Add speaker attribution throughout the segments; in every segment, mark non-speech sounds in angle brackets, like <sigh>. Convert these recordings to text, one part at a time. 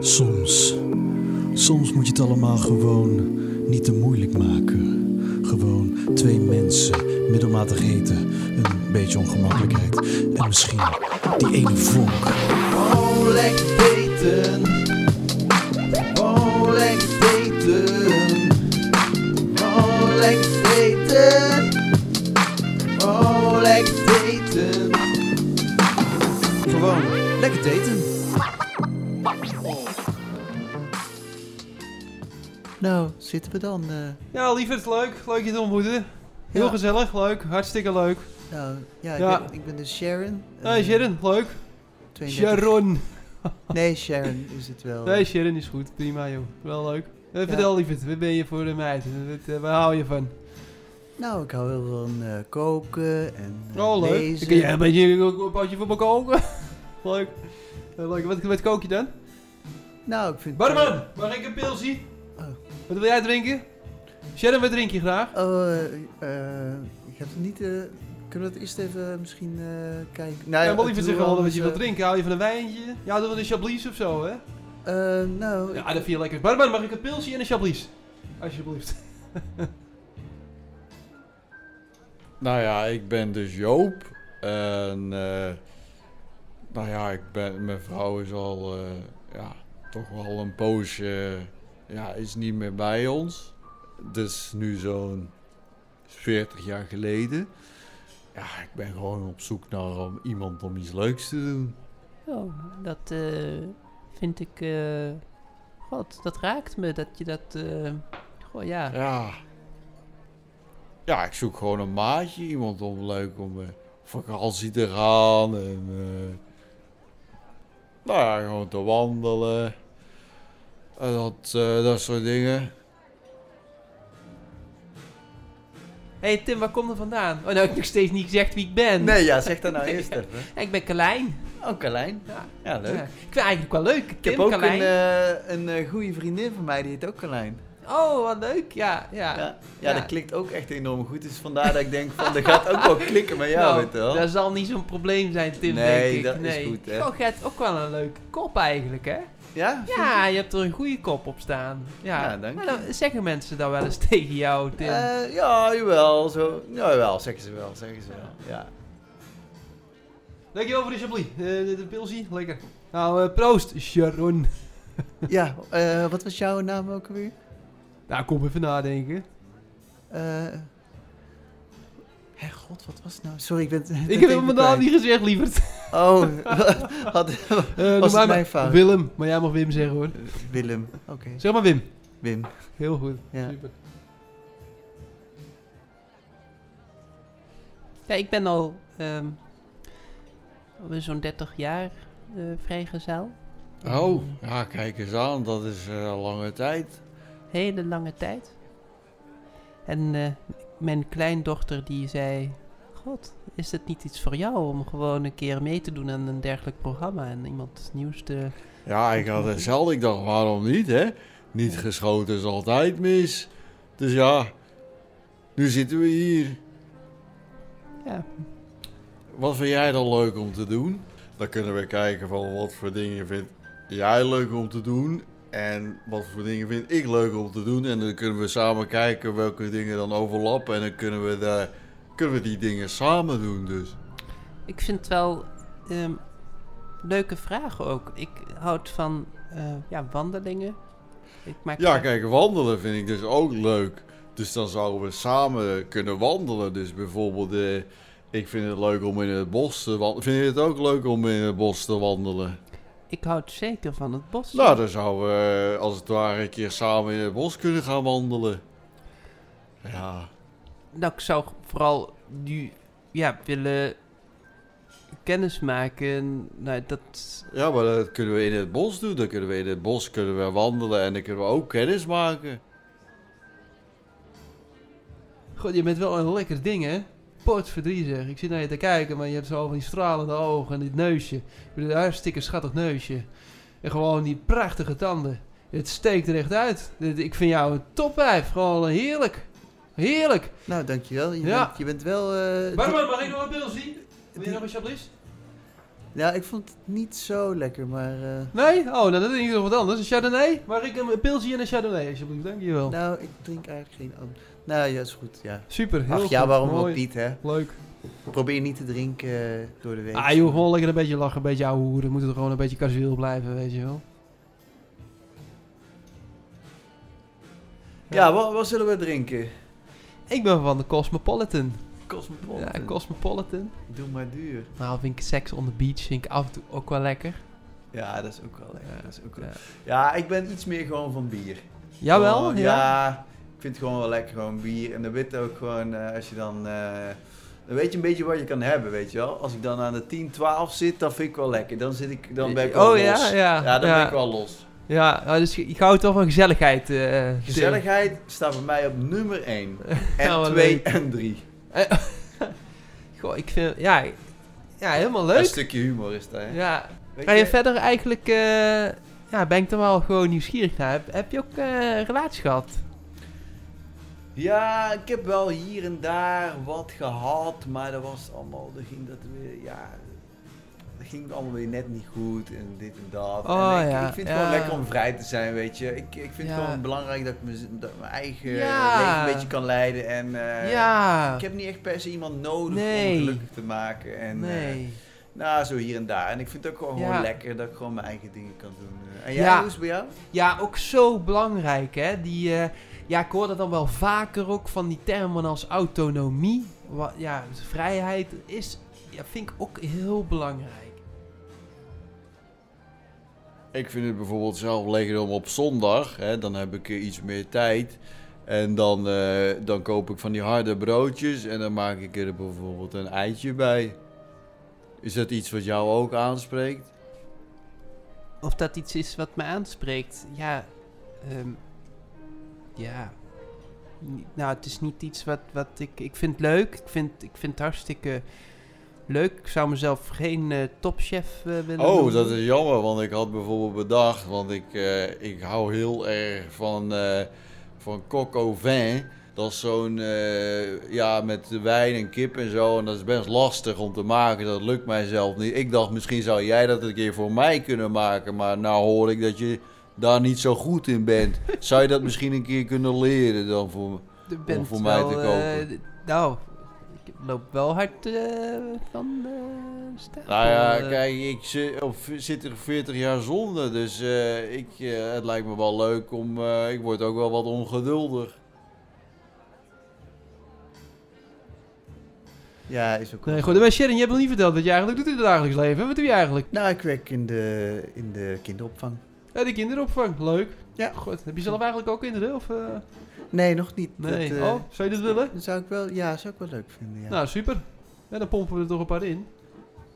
Speaker 1: Soms. Soms moet je het allemaal gewoon niet te moeilijk maken. Gewoon twee mensen, middelmatig eten, een beetje ongemakkelijkheid en misschien die ene vonk.
Speaker 2: Gewoon lekker eten. Gewoon lekker eten. Gewoon lekker eten. Gewoon lekker eten. Gewoon lekker eten. Nou, zitten we dan? eh,
Speaker 3: Ja, lieverd, leuk. Leuk je te ontmoeten. Heel
Speaker 2: Ja.
Speaker 3: gezellig, leuk. Hartstikke leuk.
Speaker 2: nou, ja, ik,
Speaker 3: Ja.
Speaker 2: Ben, ik ben dus Sharon. eh,
Speaker 3: Hey Sharon, leuk.
Speaker 2: 32.
Speaker 3: Sharon.
Speaker 2: Nee, Sharon is het wel.
Speaker 3: Nee, Sharon is goed. Prima, joh. Wel leuk. Eh, Vertel, lieverd, wat ben je voor de meid? Wat, eh, Waar hou je van?
Speaker 2: Nou, ik hou heel van eh, koken en eh,
Speaker 3: Oh, leuk.
Speaker 2: lezen.
Speaker 3: Kun jij een beetje een potje voor me koken? <laughs> leuk. Eh, leuk. Wat, wat kook je dan?
Speaker 2: Nou, ik vind...
Speaker 3: Barman, mag ik een pilsie?
Speaker 2: Oh.
Speaker 3: Wat wil jij drinken? Sharon, wat drink je graag?
Speaker 2: Oh, eh, eh, ik heb het niet... eh, kunnen we dat eerst even misschien eh, kijken? Nou,
Speaker 3: Ja,
Speaker 2: het
Speaker 3: wel liever
Speaker 2: is
Speaker 3: zeggen
Speaker 2: wel
Speaker 3: wat je
Speaker 2: eens,
Speaker 3: wilt
Speaker 2: eh, Oh,
Speaker 3: drinken. Hou je van een wijntje? Ja, dan wel een chablis of zo, hè?
Speaker 2: eh, nou,
Speaker 3: Ja, dat vind je lekker. Barman, mag ik een pilsje en een chablis? Alsjeblieft.
Speaker 4: Nou ja, ik ben dus Joop. En eh, nou ja, ik ben, mijn vrouw is al eh, ja, toch wel een poosje. eh, ja, is niet meer bij ons. Dus nu zo'n 40 jaar geleden. Ja, ik ben gewoon op zoek naar om, iemand om iets leuks te doen.
Speaker 5: Oh, dat eh, vind ik. eh, God, dat raakt me dat je dat. eh, goh, ja.
Speaker 4: Ja. Ja, ik zoek gewoon een maatje. Iemand om leuk om eh, op vakantie te gaan. En, eh nou ja, gewoon te wandelen. En dat, eh, dat soort dingen.
Speaker 5: hey, Tim, waar kom je vandaan? Oh, nou, ik heb nog steeds niet gezegd wie ik ben.
Speaker 2: nee, ja, zeg dat nou eerst even.
Speaker 5: Ja, ik ben
Speaker 2: <laughs>
Speaker 5: Kalijn.
Speaker 2: Oh, Carlijn.
Speaker 5: Ja.
Speaker 2: Ja, leuk.
Speaker 5: Ja. Ik vind het eigenlijk wel leuk.
Speaker 2: Ik
Speaker 5: Tim,
Speaker 2: heb ook een,
Speaker 5: Carlijn.
Speaker 2: eh, een eh, goede vriendin van mij, die heet ook Carlijn.
Speaker 5: Oh, wat leuk. Ja, ja.
Speaker 2: Ja, Ah, ja,
Speaker 5: ja.
Speaker 2: dat klikt ook echt enorm goed. Dus vandaar dat ik denk van, dat gaat ook wel klikken <laughs> met jou,
Speaker 5: Nou,
Speaker 2: weet je wel.
Speaker 5: Dat zal niet zo'n probleem zijn, Tim,
Speaker 2: Nee,
Speaker 5: denk ik.
Speaker 2: dat is
Speaker 5: nee,
Speaker 2: goed, hè.
Speaker 5: Goh, je hebt ook wel een leuke kop eigenlijk, hè?
Speaker 2: Ja?
Speaker 5: Ja, je hebt er een goede kop op staan. Ja,
Speaker 2: Ja, dank
Speaker 5: Maar dan zeggen mensen dan wel eens <laughs> tegen jou, Tim?
Speaker 2: Eh, ja, jawel, zo. Ja, jawel, zeggen ze wel, zeggen ze wel. Ja.
Speaker 3: Dankjewel voor de chablis. Eh, de, de pilsie, lekker. Nou, eh, proost, Sharon.
Speaker 2: Ja, eh, wat was jouw naam ook alweer?
Speaker 3: Nou, kom even
Speaker 2: <laughs>
Speaker 3: nadenken.
Speaker 2: Eh Hé, god, wat was het nou? Sorry, ik ben <laughs> het- dat
Speaker 3: Ik
Speaker 2: denk
Speaker 3: heb mijn naam niet gezegd, lieverd.
Speaker 2: kwijt. Oh, <laughs> had,
Speaker 3: Eh,
Speaker 2: Was het
Speaker 3: noem mij
Speaker 2: mijn
Speaker 3: maar
Speaker 2: fout?
Speaker 3: Willem, maar jij mag Wim zeggen hoor.
Speaker 2: Willem. Oké,
Speaker 3: Zeg maar Wim.
Speaker 2: Wim.
Speaker 3: Heel goed.
Speaker 2: Ja.
Speaker 3: Super.
Speaker 5: Ja, ik ben al ehm, alweer zo'n 30 jaar eh, vrijgezel.
Speaker 4: Oh, ja, kijk eens aan. Dat is eh, lange tijd.
Speaker 5: Hele lange tijd. En eh, mijn kleindochter die zei... God, is het niet iets voor jou om gewoon een keer mee te doen aan een dergelijk programma en iemand nieuws te...
Speaker 4: Ja, ik had hetzelfde. Ik dacht, waarom niet, hè? Niet geschoten is altijd mis. Dus ja, nu zitten we hier.
Speaker 5: Ja,
Speaker 4: Wat vind jij dan leuk om te doen? Dan kunnen we kijken van wat voor dingen vind jij leuk om te doen en wat voor dingen vind ik leuk om te doen. En dan kunnen we samen kijken welke dingen dan overlappen en dan kunnen we, daar, kunnen we die dingen samen doen dus.
Speaker 5: ik vind het wel ehm, leuke vragen ook. Ik houd van eh, ja, wandelingen. Ik maak
Speaker 4: Ja, kijk, wandelen vind ik dus ook leuk. Dus dan zouden we samen kunnen wandelen. Dus bijvoorbeeld, eh, ik vind het leuk om in het bos te wandelen. Vind je het ook leuk om in het bos te wandelen?
Speaker 5: ik houd zeker van het bos.
Speaker 4: Nou, dan zouden we eh, als het ware een keer samen in het bos kunnen gaan wandelen. Ja.
Speaker 5: Nou, ik zou vooral nu ja, willen kennismaken. Nou, dat.
Speaker 4: ja, maar dat kunnen we in het bos doen. Dan kunnen we in het bos kunnen we wandelen en dan kunnen we ook kennis maken.
Speaker 3: God, je bent wel een lekker ding, hè? Port zeg. Ik zit naar je te kijken, maar je hebt zo van die stralende ogen en dit neusje. Ik bedoel, een hartstikke schattig neusje. En gewoon die prachtige tanden. Het steekt er echt uit. Dit- Ik vind jou een topwijf. Gewoon heerlijk. Heerlijk.
Speaker 2: Nou, dankjewel. Je,
Speaker 3: Ja.
Speaker 2: bent, je bent wel... eh,
Speaker 3: Barman, mag ik nog een pilsie? Wil je nog een chablis?
Speaker 2: Nou, ik vond het niet zo lekker, maar... eh,
Speaker 3: Nee? Oh, nou, dat is in ieder geval wat anders. Een Chardonnay? Mag ik een pilsje en een Chardonnay, alsjeblieft? Dankjewel.
Speaker 2: nou, ik drink eigenlijk geen... am- Nou ja, is goed, ja.
Speaker 3: Super, heel
Speaker 2: Ach ja,
Speaker 3: goed,
Speaker 2: waarom
Speaker 3: mooi.
Speaker 2: ook niet, hè?
Speaker 3: Leuk.
Speaker 2: Probeer niet te drinken eh, door de week.
Speaker 3: Ah joh, gewoon lekker een beetje lachen, een beetje ouwe hoeren. We moeten er gewoon een beetje casueel blijven, weet je wel.
Speaker 2: Ja, wat, wat zullen we drinken?
Speaker 3: Ik ben van de Cosmopolitan.
Speaker 2: Cosmopolitan.
Speaker 3: Ja, Cosmopolitan.
Speaker 2: Doe maar duur.
Speaker 5: Nou, vind ik seks on the beach vind ik af en toe ook wel lekker.
Speaker 2: Ja, dat is ook wel lekker.
Speaker 5: Ja,
Speaker 2: dat is ook wel-
Speaker 5: ja.
Speaker 2: ja, ik ben iets meer gewoon van bier.
Speaker 3: Jawel,
Speaker 2: Gewoon,
Speaker 3: ja.
Speaker 2: Ik vind het gewoon wel lekker, gewoon bier. En dan weet je ook gewoon, eh, als je dan... eh, dan weet je een beetje wat je kan hebben, weet je wel. Als ik dan aan de 10, 12 zit, dan vind ik wel lekker. Dan, zit ik, dan ben ik wel
Speaker 5: Oh
Speaker 2: los.
Speaker 5: ja, ja.
Speaker 2: Ja, dan
Speaker 5: ja.
Speaker 2: ben ik wel los.
Speaker 5: Ja, nou, dus je je houdt toch van gezelligheid. eh, Tim.
Speaker 2: Gezelligheid staat bij mij op nummer 1.
Speaker 5: Ja,
Speaker 2: En
Speaker 5: wat
Speaker 2: 2
Speaker 5: leuk.
Speaker 2: en 3.
Speaker 5: Goh, ik vind... Ja, ja helemaal
Speaker 2: Een
Speaker 5: leuk.
Speaker 2: stukje humor is daar. hè?
Speaker 5: Ja.
Speaker 2: Weet
Speaker 5: Ga je verder eigenlijk... eh, ja, ben ik er wel gewoon nieuwsgierig naar. Heb, heb je ook eh, een relatie gehad?
Speaker 2: Ja, ik heb wel hier en daar wat gehad, maar dat was allemaal, dan ging dat weer, ja, dat ging allemaal weer net niet goed en dit en dat.
Speaker 5: Oh,
Speaker 2: en ik,
Speaker 5: ja,
Speaker 2: ik vind
Speaker 5: ja.
Speaker 2: het gewoon lekker om vrij te zijn, weet je. Ik, ik vind
Speaker 5: Ja.
Speaker 2: het gewoon belangrijk dat ik mez- dat ik mijn eigen
Speaker 5: Ja.
Speaker 2: leven een beetje kan leiden en eh,
Speaker 5: ja.
Speaker 2: ik heb niet echt per se iemand nodig
Speaker 5: Nee.
Speaker 2: om gelukkig te maken. En, eh,
Speaker 5: nee.
Speaker 2: nou, zo hier en daar. En ik vind het ook gewoon,
Speaker 5: Ja.
Speaker 2: gewoon lekker dat ik gewoon mijn eigen dingen kan doen. eh. En jij,
Speaker 5: Ja.
Speaker 2: hoe is het bij jou?
Speaker 5: Ja, ook zo belangrijk, hè? Die, eh, ja, ik hoor dat dan wel vaker ook van die termen als autonomie. Wa- ja, dus vrijheid is, ja, vind ik ook heel belangrijk.
Speaker 4: Ik vind het bijvoorbeeld zelf lekker om op zondag, hè, dan heb ik eh, iets meer tijd. En dan, eh, dan koop ik van die harde broodjes en dan maak ik er bijvoorbeeld een eitje bij. Is dat iets wat jou ook aanspreekt?
Speaker 5: Of dat iets is wat me aanspreekt. Ja, ehm, ja. Ni- Nou, het is niet iets wat, wat ik... Ik vind het leuk. Ik vind, ik vind het hartstikke leuk. Ik zou mezelf geen eh, topchef eh, willen
Speaker 4: Oh,
Speaker 5: noemen.
Speaker 4: dat is jammer, want ik had bijvoorbeeld bedacht, want ik, eh, ik hou heel erg van, eh van coq au vin. Dat is zo'n, eh, ja, met wijn en kip en zo. En dat is best lastig om te maken. Dat lukt mij zelf niet. Ik dacht, misschien zou jij dat een keer voor mij kunnen maken. Maar nou hoor ik dat je daar niet zo goed in
Speaker 5: <laughs>
Speaker 4: bent. Zou je dat misschien een keer kunnen leren dan voor me?
Speaker 5: Je bent
Speaker 4: voor mij te
Speaker 5: eh,
Speaker 4: kopen.
Speaker 5: d- nou, ik loop wel hard eh, van de stapel.
Speaker 4: Nou ja,
Speaker 5: eh.
Speaker 4: kijk, ik zit, op, zit er 40 jaar zonder, dus eh, ik, eh, het lijkt me wel leuk om... eh, ik word ook wel wat ongeduldig.
Speaker 2: Ja, is ook
Speaker 3: Nee, goed. Maar Sharon, je hebt nog niet verteld wat je eigenlijk doet in het dagelijks leven. Wat doe je eigenlijk?
Speaker 2: Nou, ik werk in de, in de kinderopvang.
Speaker 3: Ja, de kinderopvang. Leuk.
Speaker 2: Ja.
Speaker 3: Goed. Heb je zelf eigenlijk ook kinderen? Of, eh,
Speaker 2: Nee, nog niet.
Speaker 3: nee.
Speaker 2: Dat, eh,
Speaker 3: oh, zou je dit willen?
Speaker 2: dat zou ik wel, ja, zou ik wel leuk vinden. Ja.
Speaker 3: Nou, super. Ja, dan pompen we er toch een paar in.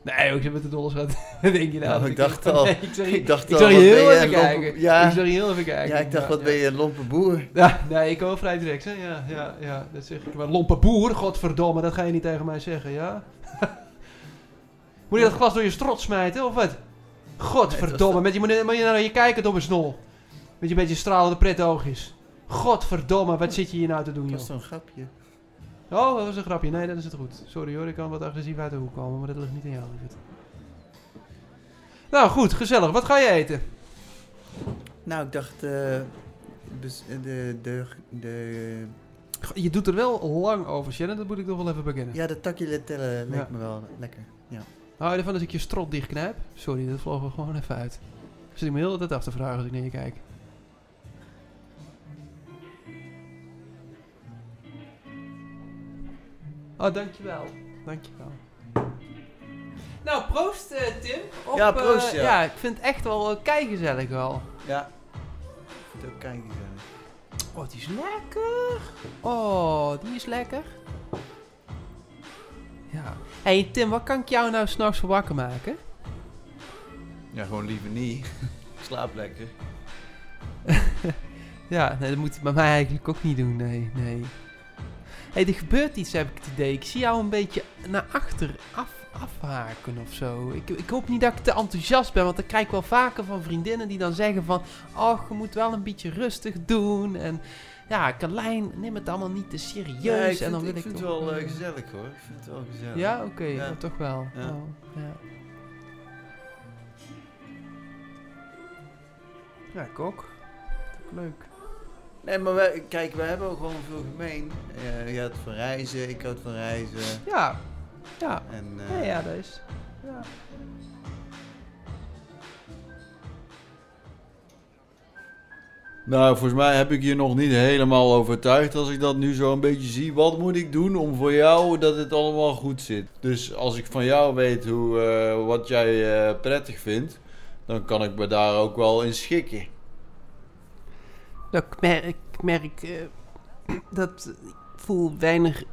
Speaker 3: Nee, ik zit met de dollars gaat. <laughs> denk je nou?
Speaker 2: Nou,
Speaker 3: dat
Speaker 2: ik dacht al.
Speaker 3: Nee, ik zag je, ik
Speaker 2: dacht
Speaker 3: zag je
Speaker 2: wat ben
Speaker 3: heel
Speaker 2: jij
Speaker 3: even
Speaker 2: een lompe-
Speaker 3: kijken.
Speaker 2: Ja,
Speaker 3: Ik zag je heel even kijken.
Speaker 2: ja, ik dacht, wat ben je een lompe boer?
Speaker 3: Ja, nee, ik hoor vrij direct. Hè? Ja, ja, ja, dat zeg ik. Maar lompe boer, godverdomme, dat ga je niet tegen mij zeggen, ja? <laughs> moet je dat glas door je strot smijten, of wat? Godverdomme, met je, moet, je- moet je naar je kijken, domme snol. Met je beetje stralende pret oogjes. Godverdomme, wat zit je hier nou te doen,
Speaker 2: Dat
Speaker 3: joh?
Speaker 2: was zo'n grapje.
Speaker 3: Oh, dat was een grapje. Nee, dat is het goed. Sorry hoor, ik kan wat agressief uit de hoek komen, maar dat ligt niet in jou, lieverd. Nou goed, gezellig. Wat ga je eten?
Speaker 2: Nou, ik dacht, eh, bes- eh, de, de, de,
Speaker 3: Goh, Je doet er wel lang over, Shannon, dat moet ik toch wel even bekennen.
Speaker 2: ja, de tagliatelle leek
Speaker 3: Ja.
Speaker 2: me wel lekker. Ja.
Speaker 3: Hou je ervan als ik je strot dichtknijp? Sorry, dat vloog er gewoon even uit. Zit ik me heel de tijd af te vragen als ik naar je kijk. Oh, dankjewel. Dankjewel.
Speaker 5: Nou, proost eh, Tim. Op,
Speaker 2: Ja, proost,
Speaker 5: eh,
Speaker 2: ja.
Speaker 5: ja, ik vind het echt wel eh, keigezellig wel.
Speaker 2: Ja. Ik vind het ook keigezellig.
Speaker 5: Oh, die is lekker. Oh, die is lekker. Ja. hey, Tim, wat kan ik jou nou s'nachts voor wakker maken?
Speaker 2: Ja, gewoon liever
Speaker 4: <laughs>
Speaker 2: niet. Ik slaap lekker.
Speaker 5: Ja, nee, dat moet hij bij mij eigenlijk ook niet doen. Nee, nee. hey, er gebeurt iets, heb ik het idee. Ik zie jou een beetje naar achter af, afhaken of zo. Ik, ik hoop niet dat ik te enthousiast ben, want dat krijg ik wel vaker van vriendinnen die dan zeggen van... Oh, je moet wel een beetje rustig doen en... Ja, Carlijn, neem het allemaal niet te serieus.
Speaker 2: Ja, ik
Speaker 5: en
Speaker 2: vind,
Speaker 5: dan wil
Speaker 2: ik vind het
Speaker 5: toch- eh,
Speaker 4: eh,
Speaker 2: wel eh, gezellig hoor. Ik vind het wel gezellig.
Speaker 5: Ja, oké,
Speaker 2: Ja.
Speaker 5: ja, toch wel.
Speaker 2: Ja.
Speaker 5: Oh, ja.
Speaker 3: Ja, kok. Ook Leuk.
Speaker 2: Nee, maar we, kijk, we hebben ook gewoon veel gemeen. Eh je houdt van reizen, ik houd van reizen.
Speaker 3: Ja. Ja.
Speaker 2: En, eh,
Speaker 3: Ja, ja, dat is. Ja.
Speaker 4: Nou, volgens mij heb ik je nog niet helemaal overtuigd als ik dat nu zo een beetje zie. Wat moet ik doen om voor jou dat het allemaal goed zit? Dus als ik van jou weet hoe, eh, wat jij eh, prettig vindt, dan kan ik me daar ook wel in schikken.
Speaker 5: Nou, ik merk, ik merk eh, dat ik voel weinig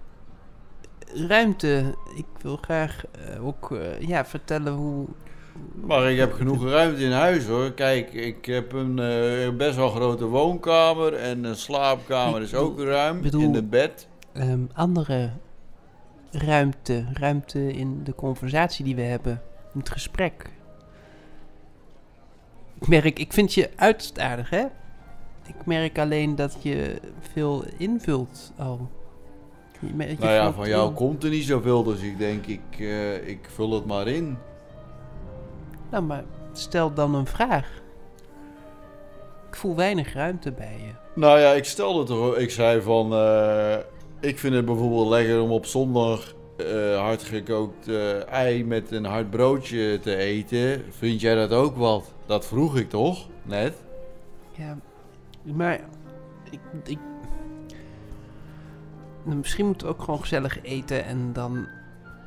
Speaker 5: ruimte. Ik wil graag eh, ook eh, ja, vertellen hoe.
Speaker 4: Maar ik heb genoeg ruimte in huis hoor. Kijk, ik heb een eh, best wel grote woonkamer en een slaapkamer is ook ruim
Speaker 5: bedoel-
Speaker 4: in de bed.
Speaker 5: ehm, andere ruimte. Ruimte in de conversatie die we hebben. In het gesprek. Ik merk, ik vind je uiterst aardig, hè? Ik merk alleen dat je veel invult al. Je mer- je
Speaker 4: Nou ja,
Speaker 5: vult
Speaker 4: van jou
Speaker 5: in.
Speaker 4: komt er niet zoveel, dus ik denk ik, eh, ik vul het maar in.
Speaker 5: Nou, maar stel dan een vraag. Ik voel weinig ruimte bij je.
Speaker 4: Nou ja, ik stelde toch, ik zei van, eh, ik vind het bijvoorbeeld lekker om op zondag eh, hardgekookt eh, ei met een hard broodje te eten. Vind jij dat ook wat? Dat vroeg ik toch, net?
Speaker 5: Ja, maar ik, ik... Nou, Misschien moeten we ook gewoon gezellig eten en dan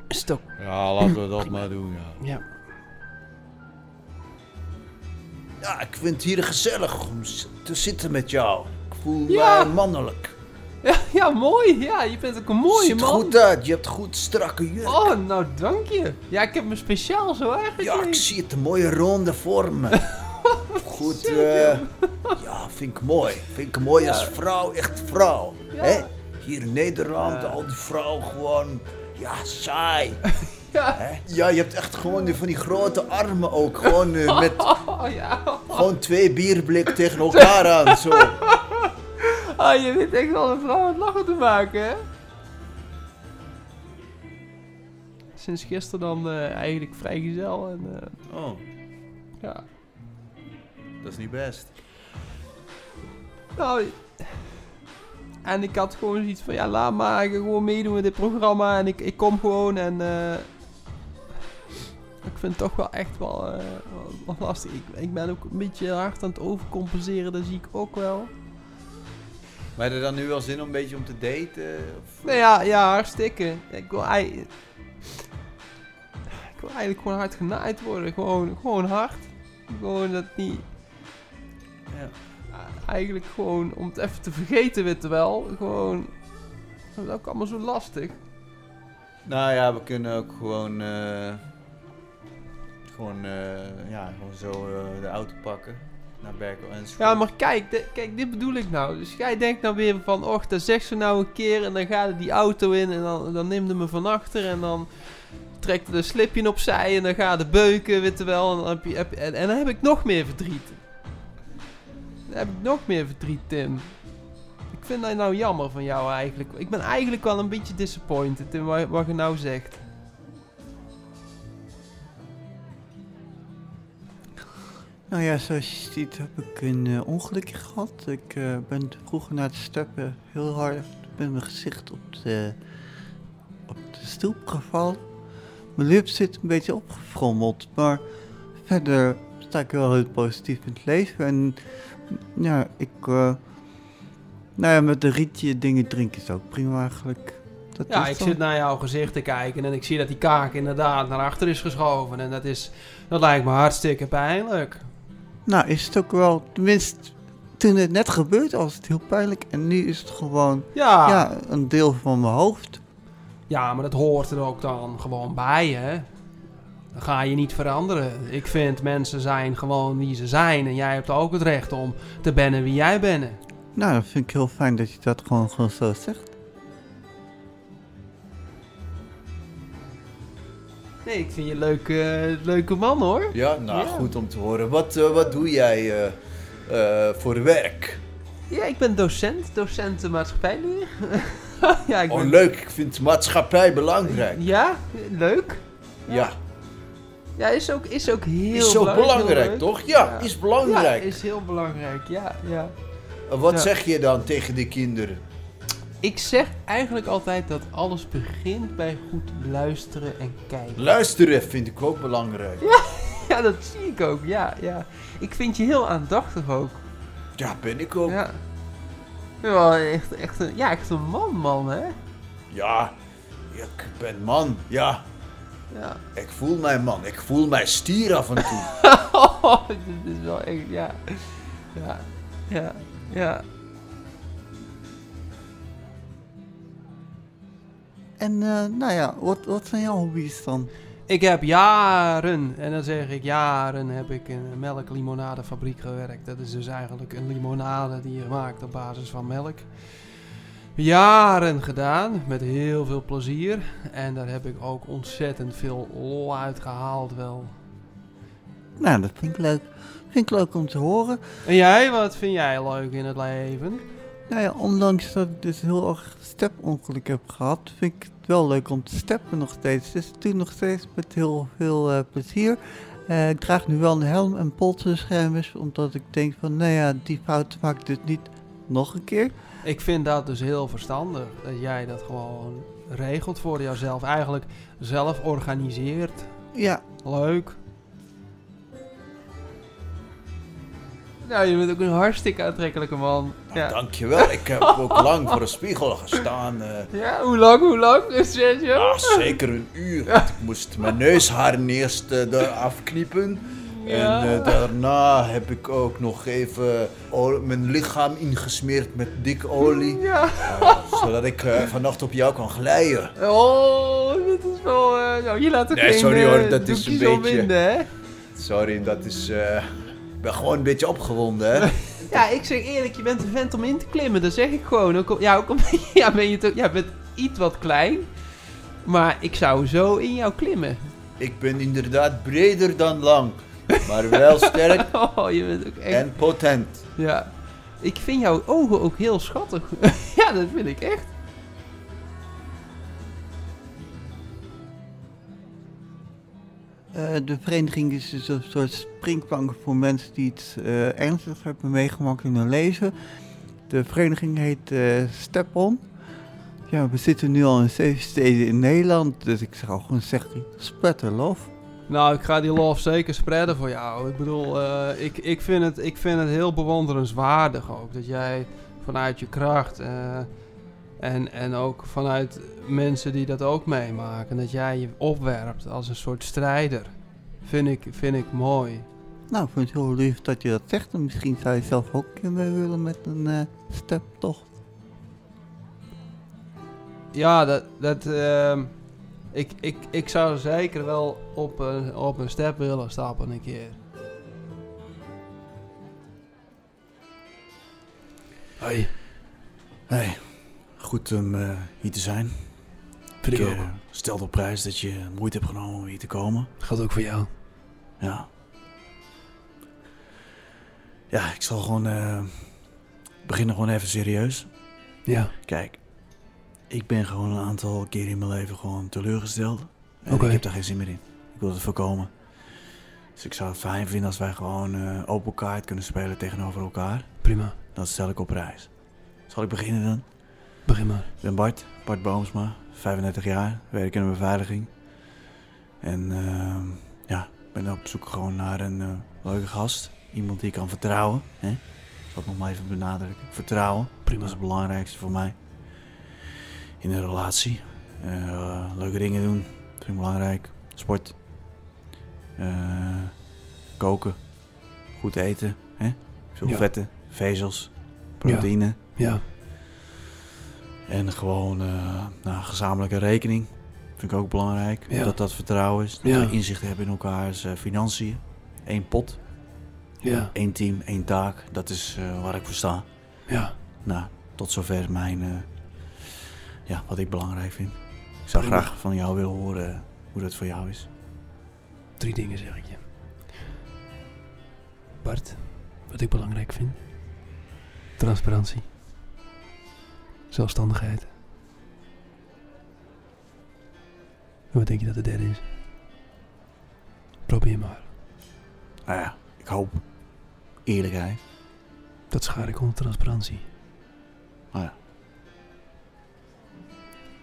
Speaker 5: is het ook...
Speaker 4: Ja, laten we
Speaker 5: <laughs>
Speaker 4: dat maar doen, ja.
Speaker 5: Ja,
Speaker 2: Ja, ik vind het hier gezellig om s- te zitten met jou. Ik voel
Speaker 3: Ja.
Speaker 2: me mannelijk.
Speaker 3: ja. Ja, mooi. Ja, je bent ook een
Speaker 2: Je
Speaker 3: mooie
Speaker 2: Ziet er
Speaker 3: man.
Speaker 2: goed uit, je hebt goed strakke jurk.
Speaker 3: Oh, nou dank je. Ja, ik heb me speciaal zo
Speaker 2: ja, ik
Speaker 3: aangekleed.
Speaker 2: zie het, een mooie ronde
Speaker 3: <laughs>
Speaker 2: vormen. goed, eh, ja, vind ik mooi. Vind ik mooi als vrouw, echt vrouw.
Speaker 3: Ja.
Speaker 2: Hè? Hier in Nederland,
Speaker 3: Ja.
Speaker 2: al die vrouwen gewoon, ja, saai.
Speaker 3: <laughs> Ja.
Speaker 2: Hè? Ja, je hebt echt gewoon die- van die grote armen ook. Gewoon eh,
Speaker 3: <laughs>
Speaker 2: met
Speaker 3: Oh ja.
Speaker 2: gewoon twee bierblikken tegen elkaar aan. Zo.
Speaker 3: Oh, je weet echt wel een vrouw het lachen te maken, hè? Sinds gisteren dan eh, eigenlijk vrijgezel en eh,
Speaker 2: Oh,
Speaker 3: ja.
Speaker 2: dat is niet best.
Speaker 3: Nou, en ik had gewoon zoiets van, ja, laat maar ik ga gewoon meedoen met dit programma en ik, ik kom gewoon en eh, ik vind het toch wel echt wel, eh, wel- wel lastig. Ik, ik ben ook een beetje hard aan het overcompenseren, dat zie ik ook wel.
Speaker 2: Maar heb je dan nu wel zin om een beetje om te daten? Of?
Speaker 3: Nou ja, ja, hartstikke. Ik wil, ei- ik wil eigenlijk gewoon hard genaaid worden. Gewoon, gewoon hard. Gewoon dat niet.
Speaker 2: Ja.
Speaker 3: Eigenlijk gewoon om het even te vergeten, weet je wel. Gewoon. Dat is ook allemaal zo lastig.
Speaker 2: Nou ja, we kunnen ook gewoon. eh, gewoon, eh, ja, gewoon zo eh, de auto pakken. Naar Berkel en Schoen.
Speaker 3: Ja, maar kijk, di- kijk, dit bedoel ik nou. Dus jij denkt nou weer van, och, dat zegt ze nou een keer en dan gaat er die auto in en dan, dan neemt hij me van achter en dan trekt er een slipje opzij en dan gaat de beuken, weet je wel. En dan, heb je, heb, en, en dan heb ik nog meer verdriet. Dan heb ik nog meer verdriet, Tim. Ik vind dat nou jammer van jou eigenlijk. Ik ben eigenlijk wel een beetje disappointed in wat, wat je nou zegt.
Speaker 6: Nou ja, zoals je ziet heb ik een eh, ongelukje gehad. Ik eh, ben vroeger na het stappen heel hard met mijn gezicht op de, op de stoep gevallen. Mijn lip zit een beetje opgefrommeld, maar verder sta ik wel heel positief in het leven. En ja, ik, eh, nou ja, met de rietje dingen drinken is ook prima eigenlijk. Dat
Speaker 3: Ja,
Speaker 6: is
Speaker 2: Dus
Speaker 3: ik
Speaker 6: dan.
Speaker 3: zit naar jouw gezicht te kijken en ik zie dat die kaak inderdaad naar achter is geschoven. En dat, is, dat lijkt me hartstikke pijnlijk.
Speaker 6: Nou, is het ook wel, tenminste toen het net gebeurde was het heel pijnlijk en nu is het gewoon...
Speaker 3: Ja, ja.
Speaker 6: Ja, een deel van mijn hoofd.
Speaker 3: maar dat hoort er ook dan gewoon bij, hè. Dat ga je niet veranderen. Ik vind mensen zijn gewoon wie ze zijn. En jij hebt ook het recht om te bennen wie jij bent.
Speaker 6: Nou, dat vind ik heel fijn dat je dat gewoon, gewoon zo zegt.
Speaker 3: Nee, ik vind je een leuke, leuke man, hoor.
Speaker 2: Ja, nou
Speaker 3: Ja.
Speaker 2: goed om te horen. Wat, eh, wat doe jij eh, eh, voor werk?
Speaker 3: Ja, ik ben docent. Docent maatschappijleer. ja, ik
Speaker 2: Oh,
Speaker 3: ben...
Speaker 2: leuk, ik vind maatschappij belangrijk.
Speaker 3: Ja, leuk.
Speaker 2: Ja.
Speaker 5: Ja, is ook, is ook heel
Speaker 4: is zo
Speaker 5: belangrijk,
Speaker 4: belangrijk, toch? Ja,
Speaker 5: Ja.
Speaker 4: is
Speaker 5: Ja,
Speaker 4: belangrijk.
Speaker 5: is heel belangrijk, ja, ja.
Speaker 4: En Wat
Speaker 5: Ja.
Speaker 4: zeg je dan tegen de kinderen?
Speaker 5: Ik zeg eigenlijk altijd dat alles begint bij goed luisteren en kijken.
Speaker 4: Luisteren vind ik ook belangrijk.
Speaker 5: Ja, dat zie ik ook, ja, ja. Ik vind je heel aandachtig ook.
Speaker 4: Ja, ben ik ook.
Speaker 5: Ja. Ja, echt, echt, een, ja, echt een man, man, <laughs> hè?
Speaker 4: Ja, ik ben man. Ja,
Speaker 5: Ja.
Speaker 4: ik voel mij man. Ik voel mij stier af en toe.
Speaker 5: Oh, dit is wel echt, ja. Ja, ja, ja.
Speaker 2: En eh, nou ja, wat, wat zijn jouw hobby's dan?
Speaker 3: Ik heb jaren, en dan zeg ik jaren, heb ik in een melklimonadefabriek gewerkt. Dat is dus eigenlijk een limonade die je maakt op basis van melk. Jaren gedaan, met heel veel plezier. En daar heb ik ook ontzettend veel lol uit gehaald wel.
Speaker 2: Nou, dat vind ik leuk. Vind ik leuk om te horen.
Speaker 3: En jij, wat vind jij leuk in het leven?
Speaker 2: Nou ja, ondanks dat ik dus heel erg stepongeluk heb gehad, vind ik het wel leuk om te steppen nog steeds. Dus ik doe nog steeds met heel veel eh, plezier. Eh, ik draag nu wel een helm en polsbeschermers, omdat ik denk van, nou ja, die fout maak ik dus niet nog een keer.
Speaker 3: Ik vind dat dus heel verstandig. Dat jij dat gewoon regelt voor jouzelf. Eigenlijk zelf organiseert.
Speaker 2: Ja,
Speaker 3: Leuk.
Speaker 5: Nou, je bent ook een hartstikke aantrekkelijke man. Ja,
Speaker 4: Nou, Dankjewel, ik heb ook lang voor een spiegel gestaan. eh.
Speaker 5: ja hoe lang, hoe
Speaker 3: <laughs>
Speaker 5: lang? Sergio?
Speaker 4: ja, zeker een uur. want Ik moest mijn neushaar eerst eh, daar afknippen. En eh, daarna heb ik ook nog even ol- mijn lichaam ingesmeerd met dikke olie.
Speaker 5: Ja.
Speaker 4: eh, zodat ik eh, vannacht op jou kan glijden.
Speaker 5: Oh, dit is wel... eh, nou, je laat ook
Speaker 4: Nee,
Speaker 5: geen
Speaker 4: sorry, hoor,
Speaker 5: eh,
Speaker 4: dat is een
Speaker 5: doekjes om
Speaker 4: beetje-
Speaker 5: winden, hè?
Speaker 4: Sorry, dat is. eh, ik ben gewoon een beetje opgewonden, hè?
Speaker 5: Ja, ik zeg eerlijk, je bent een vent om in te klimmen. Dat zeg ik gewoon. Ook, al- ja, ook om, ja, ben je toch, ja, bent iets wat klein. Maar ik zou zo in jou klimmen. <laughs>
Speaker 4: Ik ben inderdaad breder dan lang, maar wel sterk
Speaker 5: Oh, je bent ook echt...
Speaker 4: en potent.
Speaker 5: Ja. Ik vind jouw ogen ook heel schattig. <laughs> ja, dat vind ik echt.
Speaker 2: eh, de vereniging is dus een soort springplank voor mensen die iets eh ernstigs hebben meegemaakt in hun leven. De vereniging heet eh Step On. Ja, we zitten nu al in zeven steden in Nederland, dus ik zou gewoon zeggen, spread the love.
Speaker 3: Nou, ik ga die love zeker spreiden voor jou. Ik bedoel, eh, ik, ik, vind het, ik vind het heel bewonderenswaardig ook. Dat jij vanuit je kracht eh, en, en ook vanuit mensen die dat ook meemaken, dat jij je opwerpt als een soort strijder. Vind ik, vind ik mooi.
Speaker 2: Nou, ik vind het heel lief dat je dat zegt. En misschien zou je zelf ook een keer mee willen met een eh step, toch?
Speaker 3: Ja, dat. dat ehm, ik, ik, ik zou zeker wel op een, op een step willen stappen een keer.
Speaker 1: Hoi. Hey, goed om eh, hier te zijn.
Speaker 3: Vind ik
Speaker 1: eh,
Speaker 3: ook.
Speaker 1: stel op prijs dat je moeite hebt genomen om hier te komen.
Speaker 3: Gaat ook voor jou.
Speaker 1: Ja. Ja, ik zal gewoon eh, beginnen gewoon even serieus.
Speaker 3: Ja,
Speaker 1: Kijk, ik ben gewoon een aantal keer in mijn leven gewoon teleurgesteld. En
Speaker 3: Oké.
Speaker 1: ik heb daar geen zin meer in. Ik wil het voorkomen. Dus ik zou het fijn vinden als wij gewoon eh open kaart kunnen spelen tegenover elkaar.
Speaker 3: prima.
Speaker 1: Dat stel ik op prijs. Zal ik beginnen dan?
Speaker 3: Begin maar.
Speaker 1: Ik ben Bart, Bart Boomsma, 35 jaar, werk in de beveiliging. En ehm, ja, ik ben op zoek gewoon naar een eh, leuke gast. Iemand die ik kan vertrouwen. Hè? Ik zal het nog maar even benadrukken. Vertrouwen, dat
Speaker 3: Prima.
Speaker 1: is het belangrijkste voor mij. In een relatie. Eh, leuke dingen doen, vind ik belangrijk. Sport. Eh, koken. Goed eten. Hè? Veel
Speaker 3: Ja.
Speaker 1: vetten, vezels, proteïne.
Speaker 3: Ja.
Speaker 1: En gewoon eh, nou, gezamenlijke rekening. Vind ik ook belangrijk.
Speaker 3: Ja.
Speaker 1: Dat dat vertrouwen is. Dat
Speaker 3: Ja.
Speaker 1: we inzicht hebben in elkaars eh, financiën. Eén pot,
Speaker 3: Ja.
Speaker 1: één team, één taak. Dat is eh, waar ik voor sta.
Speaker 3: Ja.
Speaker 1: Nou, tot zover mijn... eh, ja, wat ik belangrijk vind. Ik zou
Speaker 3: Prima.
Speaker 1: graag van jou willen horen eh, hoe dat voor jou is.
Speaker 3: Drie dingen zeg ik je. Bart, wat ik belangrijk vind. Transparantie. Zelfstandigheid. En wat denk je dat de derde is?
Speaker 6: Probeer maar.
Speaker 4: Nou ja, ik hoop eerlijkheid.
Speaker 6: Dat schaar ik onder transparantie.
Speaker 4: Ah ja.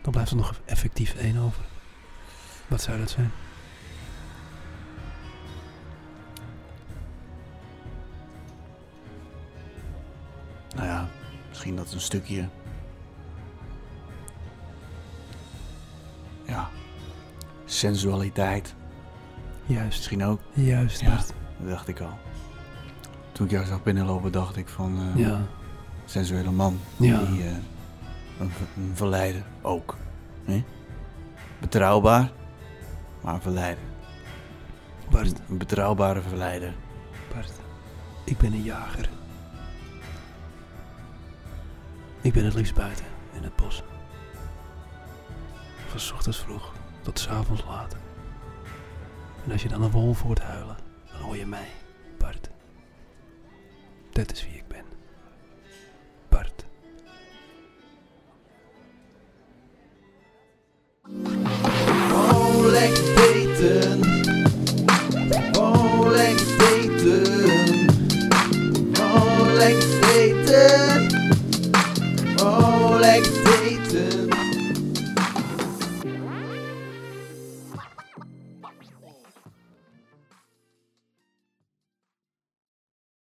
Speaker 6: Dan blijft er nog effectief één over. Wat zou dat zijn?
Speaker 4: Nou ja, misschien dat een stukje. Ja, sensualiteit.
Speaker 6: Juist.
Speaker 4: Misschien ook,
Speaker 6: Juist,
Speaker 4: Ja.
Speaker 6: Bart.
Speaker 4: dat dacht ik al. Toen ik jou zag binnenlopen, dacht ik van. eh,
Speaker 6: Ja.
Speaker 4: sensuele man.
Speaker 6: Ja.
Speaker 4: Die, eh, een, ver- een verleider ook. hè? Betrouwbaar, maar een verleider.
Speaker 6: Bart,
Speaker 4: Een betrouwbare verleider.
Speaker 6: Bart. Ik ben een jager. Ik ben het liefst buiten, in het bos. Van 's ochtends vroeg tot 's avonds laat. En als je dan een wolf hoort huilen, dan hoor je mij, Bart. Dat is wie ik ben. Bart.
Speaker 7: Gewoon lekker daten. Gewoon lekker daten. Gewoon lekker